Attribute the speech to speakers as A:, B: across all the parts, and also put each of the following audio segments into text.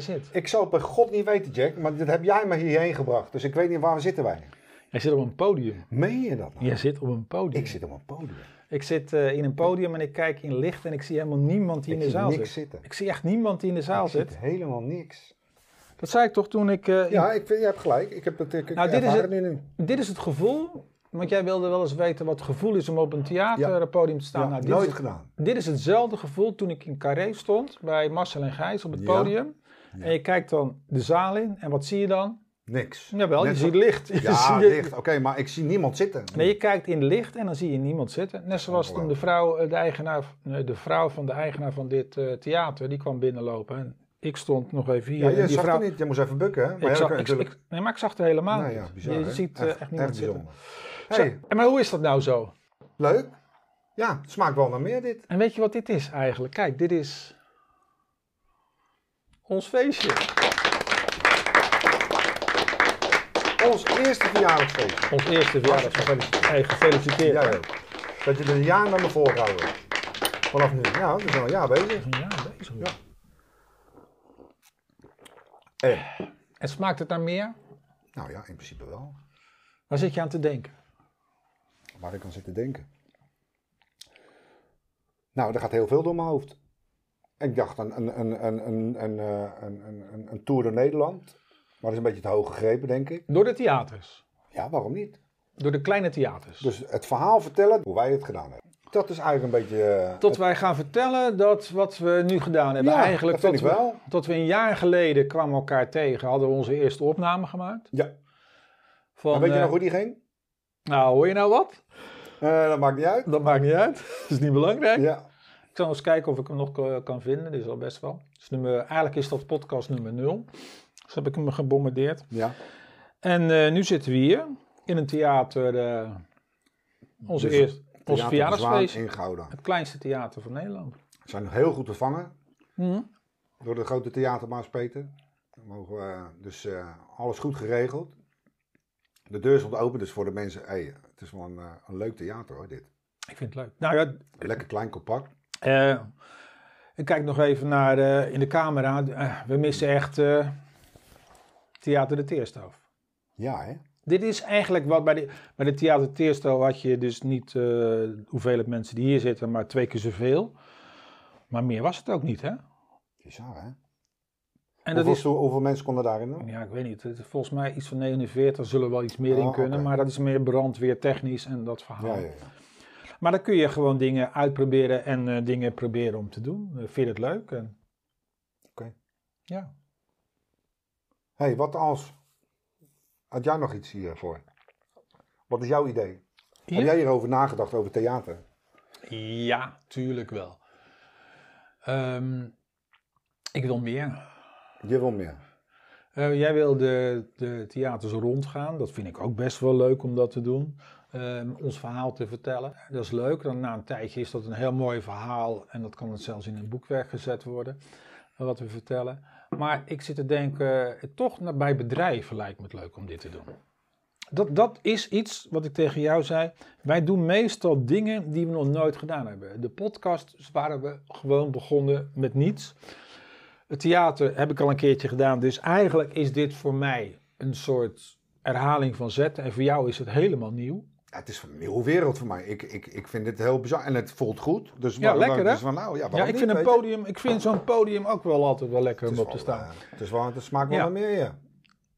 A: zit.
B: Ik zou het bij God niet weten, Jack, maar dat heb jij me hierheen gebracht. Dus ik weet niet waar we zitten wij.
A: Jij zit op een podium.
B: Meen je dat nou?
A: Jij zit op een podium.
B: Ik zit op een podium.
A: Ik zit eh, in een podium en ik kijk in licht en ik zie helemaal niemand die
B: Ik
A: in de
B: zie
A: zaal
B: niks
A: zit.
B: zitten.
A: Ik zie echt niemand die in de zaal
B: Ik
A: zit.
B: zit helemaal niks.
A: Dat zei ik toch toen ik... eh, in-
B: Ja, ik vind, je hebt gelijk. Ik heb het, ik, ik
A: Nou, dit is
B: ervaar
A: het-
B: nu nu.
A: Dit is het gevoel, want jij wilde wel eens weten wat het gevoel is om op een theaterpodium te staan.
B: Ja,
A: Nou, dit,
B: nooit
A: is,
B: gedaan.
A: dit is hetzelfde gevoel toen ik in Carré stond bij Marcel en Gijs op het
B: Ja.
A: podium. En je kijkt dan de zaal in en wat zie je dan?
B: Niks.
A: Jawel,
B: Net
A: je
B: zo-
A: ziet licht. Je
B: Ja,
A: ziet-
B: licht. Oké, maar ik zie niemand zitten.
A: Nee, je kijkt in licht en dan zie je niemand zitten. Net zoals toen de vrouw, eh, de, eigenaar, nee, de vrouw van de eigenaar van dit eh, theater, die kwam binnenlopen. En ik stond nog even hier.
B: ja,
A: en
B: je
A: die
B: zag
A: vrouw,
B: het niet. Je moest even bukken, hè? Maar
A: ik
B: ja,
A: zag,
B: dat
A: ik,
B: kan je natuurlijk...
A: ik- nee, maar ik zag er helemaal
B: Nou
A: niet.
B: ja, bizar,
A: je
B: hè?
A: ziet eh, echt, niemand zitten.
B: bijzonder.
A: Zo,
B: Hey,
A: en maar hoe is dat nou zo?
B: leuk. Ja, het smaakt wel naar meer dit.
A: En weet je wat dit is eigenlijk? Kijk, dit is ons feestje.
B: Ons eerste verjaardagsfeest.
A: Ons eerste
B: Ah.
A: verjaardag.
B: Gefeliciteerd.
A: Hey, gefeliciteerd.
B: Jij ook. Dat je er een jaar naar me voorhouden. Vanaf nu. Ja, we zijn al een jaar bezig.
A: Ja, bezig.
B: Ja. Eh,
A: En smaakt het naar meer?
B: nou ja, in principe wel.
A: Waar zit je aan te denken?
B: Waar ik aan zit te denken. Nou, er gaat heel veel door mijn hoofd. Ik dacht een, een, een, een, een, een, eh, een, een, een, een tour door Nederland. Maar dat is een beetje te hoog gegrepen, denk ik.
A: Door de theaters.
B: Ja, waarom niet?
A: Door de kleine theaters.
B: Dus het verhaal vertellen hoe wij het gedaan hebben. Dat is eigenlijk een beetje. eh,
A: Tot wij gaan vertellen dat wat we nu gedaan hebben.
B: Ja,
A: eigenlijk
B: dat vind
A: tot
B: ik
A: we,
B: wel.
A: Tot we een jaar geleden kwamen elkaar tegen. Hadden we onze eerste opname gemaakt.
B: Ja.
A: Van,
B: Maar weet je
A: eh,
B: nog hoe die ging?
A: nou, hoor je nou wat?
B: Eh, dat maakt niet uit.
A: Dat maakt niet uit. Dat is niet belangrijk.
B: Ja.
A: Ik zal eens kijken of ik hem nog eh, kan vinden. Dit is al best wel. Dus nummer, eigenlijk is dat podcast nummer 0. Dus heb ik hem gebombardeerd.
B: ja.
A: En eh, nu zitten we hier in een theater. eh, onze
B: Dus
A: eerste ons
B: Theater de Zwaan
A: verjaardagsfeest.
B: In Gouda.
A: Het kleinste theater van Nederland.
B: Ze zijn heel goed ontvangen
A: Hm?
B: Mhm. door de grote theaterbaas Peter. Dan mogen we, dus eh, alles goed geregeld. De deur stond open, dus voor de mensen. Hey, het is wel een, eh, een leuk theater hoor, dit.
A: Ik vind het leuk. Nou ja,
B: Lekker klein, compact.
A: Eh, ik kijk nog even naar eh, in de camera. Eh, we missen echt eh, Theater de Teerstoof.
B: Ja, hè?
A: Dit is eigenlijk wat bij de, bij de Theater de Teerstoof had je dus niet eh de hoeveelheid mensen die hier zitten, maar twee keer zoveel. Maar meer was het ook niet, hè?
B: Bizar, hè?
A: En dat
B: hoeveel,
A: is,
B: stoel- hoeveel mensen konden daarin?
A: ja, ik weet niet. Het is volgens mij iets van 49, zullen wel iets meer in
B: Oh,
A: kunnen,
B: oké.
A: maar dat is meer brandweer technisch en dat verhaal.
B: Ja, ja, ja.
A: Maar dan kun je gewoon dingen uitproberen en eh, dingen proberen om te doen. Eh, vind je het leuk? En,
B: Oké.
A: Ja.
B: hey, wat als? Had jij nog iets hiervoor? Wat is jouw idee?
A: Hier?
B: Heb jij hierover nagedacht, over theater?
A: Ja, tuurlijk wel. Ehm, ik wil meer.
B: Je wil meer.
A: Eh, jij wil de, de theaters rondgaan. Dat vind ik ook best wel leuk om dat te doen. Ehm, ons verhaal te vertellen. Dat is leuk. Dan na een tijdje is dat een heel mooi verhaal. En dat kan zelfs in een boekwerk gezet worden. eh, Wat we vertellen. Maar ik zit te denken, eh, toch naar- bij bedrijven lijkt me het leuk om dit te doen. Dat, dat is iets wat ik tegen jou zei. Wij doen meestal dingen die we nog nooit gedaan hebben. De podcast waren we gewoon begonnen met niets. Het theater heb ik al een keertje gedaan. Dus eigenlijk is dit voor mij een soort herhaling van zetten. En voor jou is het helemaal nieuw.
B: Ja, het is een nieuwe wereld voor mij. Ik, ik, ik vind dit heel bizar. En het voelt goed. Dus
A: Ja, lekker, hè?
B: dus van, nou, ja, waarom
A: Ja, ik
B: niet,
A: vind, een
B: weet je?
A: podium, ik vind zo'n podium ook wel altijd wel lekker om op te
B: wel,
A: staan.
B: eh, het is wel, het smaakt wel
A: Ja.
B: naar meer, ja.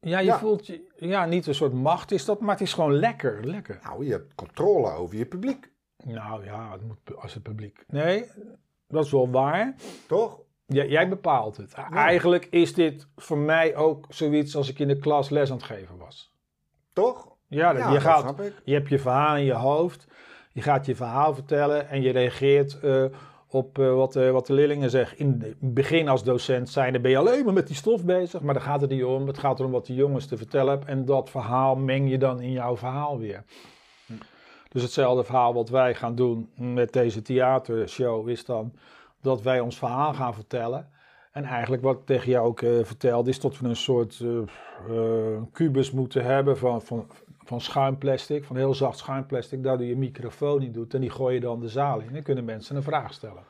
A: ja, je
B: ja.
A: voelt je, ja, niet een soort macht is dat, maar het is gewoon lekker, lekker.
B: Nou, je hebt controle over je publiek,
A: Nou ja, het moet als het publiek. Nee, dat is wel waar.
B: toch?
A: Ja, jij bepaalt het. Eigenlijk is dit voor mij ook zoiets als ik in de klas les aan het geven was.
B: Toch?
A: Ja,
B: Ja,
A: je,
B: dat
A: gaat,
B: snap ik.
A: je hebt je verhaal in je hoofd. Je gaat je verhaal vertellen en je reageert eh, op eh, wat, eh, wat de leerlingen zeggen. In het begin als docent zijn, dan ben je alleen maar met die stof bezig. Maar dan gaat het niet om. Het gaat erom wat de jongens te vertellen hebben. En dat verhaal meng je dan in jouw verhaal weer. Dus hetzelfde verhaal wat wij gaan doen met deze theatershow is dan dat wij ons verhaal gaan vertellen. En eigenlijk wat ik tegen jou ook eh, vertelde, is dat we een soort eh eh, kubus moeten hebben van, van, van schuimplastic, van heel zacht schuimplastic, daar doe je microfoon in doet en die gooi je dan de zaal in. En dan kunnen mensen een vraag stellen.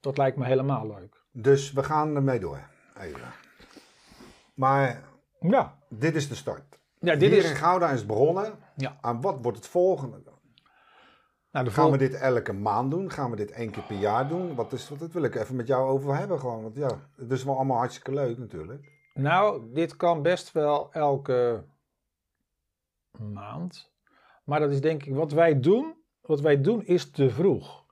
A: Dat lijkt me helemaal leuk.
B: Dus we gaan ermee door. Even. Maar
A: Ja.
B: dit is de start.
A: ja
B: Dit
A: dit
B: Hier
A: is,
B: in Gouda is het begonnen.
A: Ja.
B: Aan wat wordt het volgende?
A: nou, de
B: Gaan
A: vol-
B: we dit elke maand doen? Gaan we dit één keer per jaar doen? Wat is, wat, dat wil ik even met jou over hebben gewoon. Want ja, het is wel allemaal hartstikke leuk natuurlijk.
A: Nou, dit kan best wel elke maand. Maar dat is denk ik wat wij doen. Wat wij doen is te vroeg.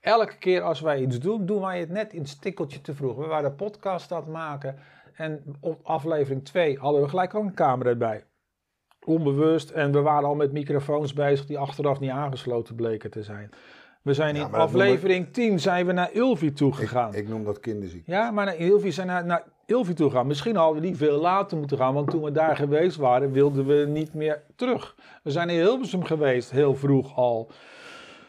A: Elke keer als wij iets doen, doen wij het net een stikkeltje te vroeg. We waren de podcast aan het maken. En op aflevering 2 hadden we gelijk al een camera erbij. Onbewust. En we waren al met microfoons bezig die achteraf niet aangesloten bleken te zijn. We zijn
B: Ja,
A: in
B: maar dat noemen-
A: aflevering 10 zijn we naar Ulvi toe gegaan.
B: Ik noem dat kinderziek.
A: Ja, maar naar Ilvi zijn naar, naar Ilvi toe gaan. Misschien hadden we die veel later moeten gaan, want toen we daar geweest waren, wilden we niet meer terug. We zijn in Hilversum geweest, heel vroeg al.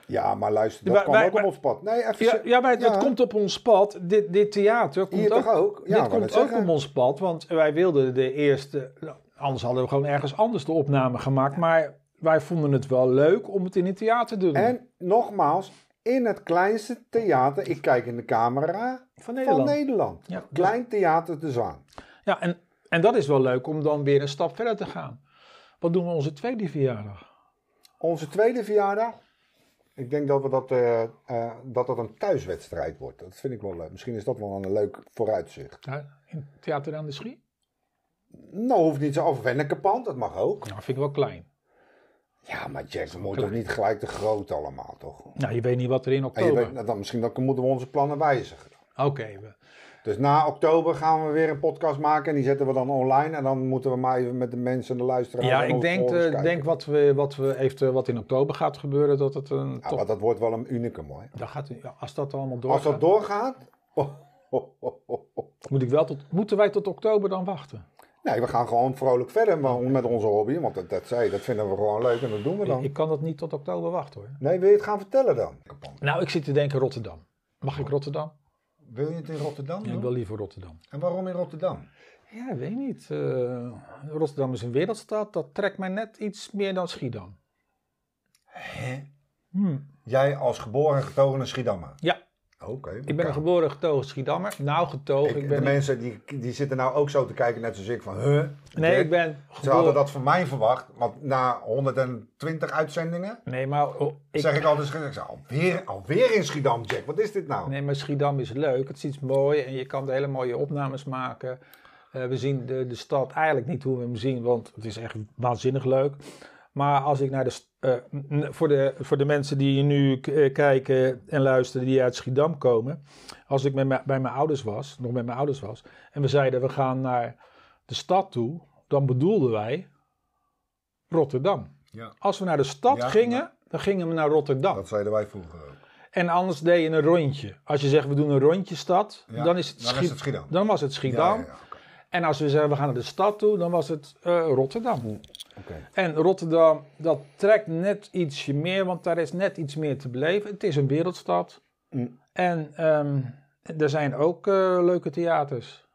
B: Ja, maar luister,
A: Ja,
B: dat
A: maar
B: kwam
A: wij-
B: ook
A: wij-
B: op ons pad. Nee, even...
A: Ja, ja maar
B: ja.
A: dat komt op ons pad. Dit, dit theater komt
B: Hier
A: ook,
B: toch ook? Ja,
A: dit
B: wou net
A: komt ook
B: zeggen.
A: op ons pad, want wij wilden de eerste... nou, Anders hadden we gewoon ergens anders de opname gemaakt, maar... Wij vonden het wel leuk om het in het theater te doen.
B: En nogmaals, in het kleinste theater, ik kijk in de camera,
A: van
B: van Nederland.
A: Ja, dus-
B: Klein theater de Zwaan.
A: Ja, en, en dat is wel leuk om dan weer een stap verder te gaan. Wat doen we onze tweede verjaardag?
B: Onze tweede verjaardag. Ik denk dat we dat, eh, eh, dat, dat een thuiswedstrijd wordt. Dat vind ik wel leuk. Misschien is dat wel een leuk vooruitzicht.
A: Ja, in Theater aan de Schie?
B: Nou, hoeft niet zo afwennenkepand, dat mag ook.
A: Nou, vind ik wel klein.
B: Ja, maar Jack, we moeten toch niet gelijk te groot allemaal, toch?
A: Nou, je weet niet wat er in
B: En je
A: oktober...
B: weet, nou, dan, misschien dan moeten we onze plannen wijzigen.
A: Oké, we-
B: Dus na oktober gaan we weer een podcast maken en die zetten we dan online. En dan moeten we maar even met de mensen en de luisteraars...
A: ja,
B: en
A: ik
B: onze
A: denk,
B: volgers
A: eh,
B: kijken.
A: denk wat, we, wat, we eventueel, wat in oktober gaat gebeuren, dat het een
B: Ja,
A: top...
B: maar dat wordt wel een unicum, hoor.
A: Dan gaat, ja, als dat allemaal
B: Als
A: doorgaat,
B: dat doorgaat... oh,
A: moet ik wel tot, moeten wij tot oktober dan wachten?
B: Nee, we gaan gewoon vrolijk verder maar met onze hobby. Want dat, dat, zei, je, dat vinden we gewoon leuk en dat doen we dan.
A: Ik kan dat niet tot oktober wachten hoor.
B: Nee, wil je het gaan vertellen dan?
A: Nou, ik zit te denken Rotterdam. Mag ik Rotterdam?
B: Wil je het in Rotterdam
A: Ik wil liever Rotterdam.
B: En waarom in Rotterdam?
A: Ja, weet niet. Eh, Rotterdam is een wereldstad. Dat trekt mij net iets meer dan Schiedam.
B: Hè?
A: Hm.
B: Jij als geboren getogen in Schiedammer?
A: Ja,
B: Oké.
A: ik ben een geboren getogen Schiedammer. Nou, getogen.
B: Ik-
A: Ik,
B: de
A: ben niet-
B: mensen die, die zitten nou ook zo te kijken, net zoals ik, van huh?
A: Nee,
B: Jack?
A: ik ben
B: Ze
A: geboren...
B: hadden dat van mij verwacht, want na 120 uitzendingen
A: Nee, maar, oh, ik,
B: zeg ik altijd, ik zeg, alweer, alweer in Schiedam, Jack, wat is dit nou?
A: nee, maar Schiedam is leuk. Het is iets moois en je kan er hele mooie opnames maken. Eh, we zien de, de stad eigenlijk niet hoe we hem zien, want het is echt waanzinnig leuk. Maar als ik naar de. st- eh, n- n- voor, de voor de mensen die nu k- eh, kijken en luisteren die uit Schiedam komen. Als ik met mijn- bij mijn ouders was, nog met mijn ouders was. en we zeiden we gaan naar de stad toe. dan bedoelden wij Rotterdam.
B: Ja.
A: Als we naar de stad
B: Ja,
A: gingen,
B: maar-
A: dan gingen we naar Rotterdam.
B: Dat zeiden wij vroeger ook.
A: En anders deed je een rondje. Als je zegt we doen een rondje stad,
B: Ja,
A: dan, is het
B: dan
A: Schied-
B: is het Schiedam.
A: dan was het Schiedam.
B: Ja, ja, ja, oké.
A: En als we zeggen we gaan naar de stad toe, dan was het eh, Rotterdam.
B: Oké.
A: En Rotterdam, dat trekt net ietsje meer, want daar is net iets meer te beleven. Het is een wereldstad.
B: Mm.
A: En ehm, er zijn ook eh, leuke theaters.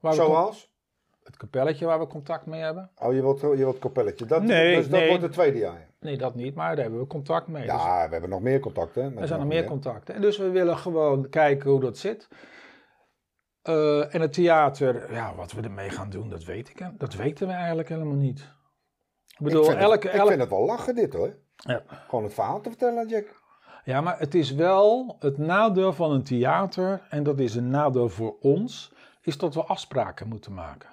A: Waar we con-
B: Zoals?
A: het kapelletje waar we contact mee hebben.
B: Oh, je wilt, je wilt kapelletje. Dat,
A: Nee,
B: dus dat
A: nee.
B: wordt het tweede jaar.
A: Nee, dat niet, maar daar hebben we contact mee. Dus-
B: Ja, we hebben nog meer contacten. met
A: Er zijn nog meer
B: elkaar.
A: contacten. En Dus we willen gewoon kijken hoe dat zit. Eh, en het theater, ja, wat we ermee gaan doen, dat weet ik. hè. Dat weten we eigenlijk helemaal niet. Ik bedoel,
B: ik vind,
A: elke.
B: het, ik
A: elke
B: vind het wel lachen dit hoor.
A: ja.
B: Gewoon het verhaal te vertellen, Jack.
A: ja, maar het is wel het nadeel van een theater, en dat is een nadeel voor ons, is dat we afspraken moeten maken.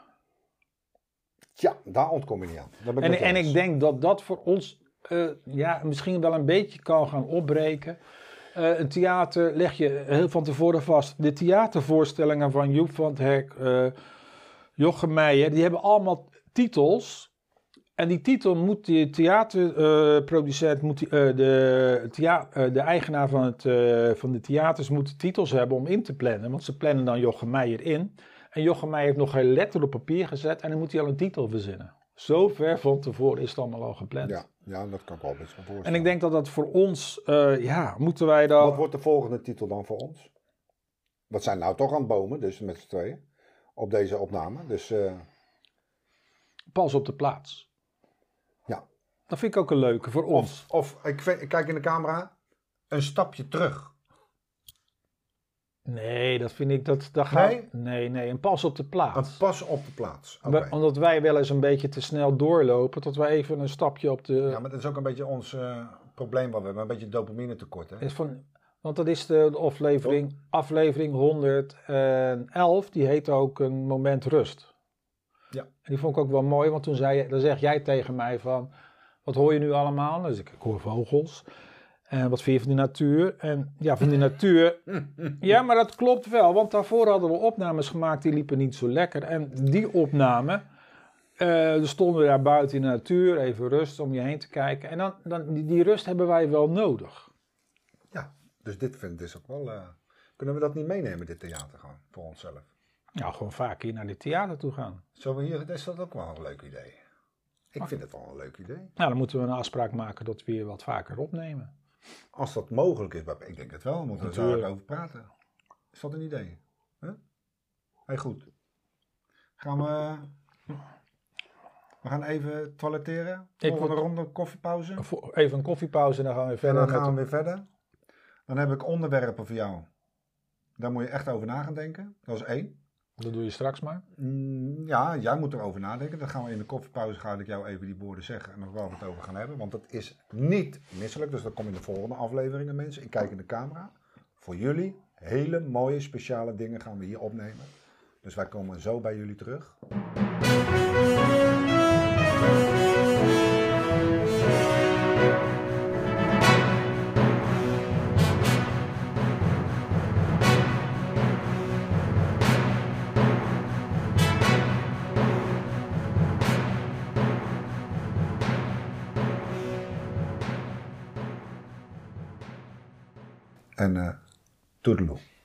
B: Ja, daar ontkom je niet aan. Daar ben
A: En,
B: met je
A: en
B: eens.
A: ik denk dat dat voor ons eh, ja, misschien wel een beetje kan gaan opbreken. Eh, een theater leg je heel van tevoren vast. De theatervoorstellingen van Joep van het Hek, eh Jochem Meijer, die hebben allemaal titels. En die titel moet de theaterproducent, moet die, eh, de, thea- eh, de eigenaar van, het, eh, van de theaters moet de titels hebben om in te plannen. Want ze plannen dan Jochem Meijer in. En Jochem Meijer heeft nog geen letter op papier gezet en dan moet hij al een titel verzinnen. Zo ver van tevoren is het allemaal al gepland.
B: Ja, ja, dat kan ik wel best wel voorstellen.
A: En ik denk dat dat voor ons, eh, ja, moeten wij dan...
B: Wat wordt de volgende titel dan voor ons? Wat zijn nou toch aan het bomen, dus met z'n tweeën. Op deze opname. Dus eh,
A: Pas op de plaats.
B: Ja.
A: Dat vind ik ook een leuke voor ons.
B: of ik, vind- ik kijk in de camera. Een stapje terug.
A: Nee, dat vind ik dat. dat gaat,
B: Nee?
A: nee, nee, een pas op de plaats.
B: Een pas op de plaats. Oké.
A: Omdat- Omdat wij wel eens een beetje te snel doorlopen, tot we even een stapje op de.
B: Ja, maar dat is ook een beetje ons eh, probleem wat we hebben. Een beetje dopamine tekort. Hè?
A: is van, want dat is de aflevering, aflevering 111, die heet ook een moment rust.
B: Ja.
A: En die vond ik ook wel mooi, want toen zei, je- dan zeg jij tegen mij van, wat hoor je nu allemaal? Dus ik, ik hoor vogels. En wat vind je van die natuur? En ja, van die natuur. Ja, maar dat klopt wel, want daarvoor hadden we opnames gemaakt die liepen niet zo lekker. En die opname, eh, dus stonden we daar buiten in de natuur, even rust om je heen te kijken. En dan, dan, die, die rust hebben wij wel nodig.
B: Ja, dus dit vind ik ook wel... eh, kunnen we dat niet meenemen, dit theater gewoon, voor onszelf?
A: Ja, gewoon vaak hier naar dit theater toe gaan.
B: Zullen we hier... Is dat ook wel een leuk idee? Ik vind het wel een leuk idee.
A: Nou, dan moeten we een afspraak maken dat we hier wat vaker opnemen.
B: Als dat mogelijk is, maar ik denk het wel. We moeten er
A: Natuurlijk.
B: dadelijk over praten. Is dat een idee? Hè? Hey, goed. Gaan we... We gaan even toileteren.
A: Ik Oh,
B: Volgende
A: wil-
B: ronde koffiepauze.
A: Vo- Even een koffiepauze en dan gaan we
B: En
A: verder.
B: dan gaan we
A: met...
B: weer verder. Dan heb ik onderwerpen voor jou. Daar moet je echt over na gaan denken. Dat is één.
A: Dat doe je straks maar.
B: Mm, Ja, jij moet erover nadenken. Dan gaan we in de koffiepauze ga ik jou even die woorden zeggen. En dan waar we het over gaan hebben. Want dat is niet misselijk. Dus dat komt in de volgende afleveringen mensen. Ik kijk in de camera. Voor jullie hele mooie speciale dingen gaan we hier opnemen. Dus wij komen zo bij jullie terug. En eh toedeloe.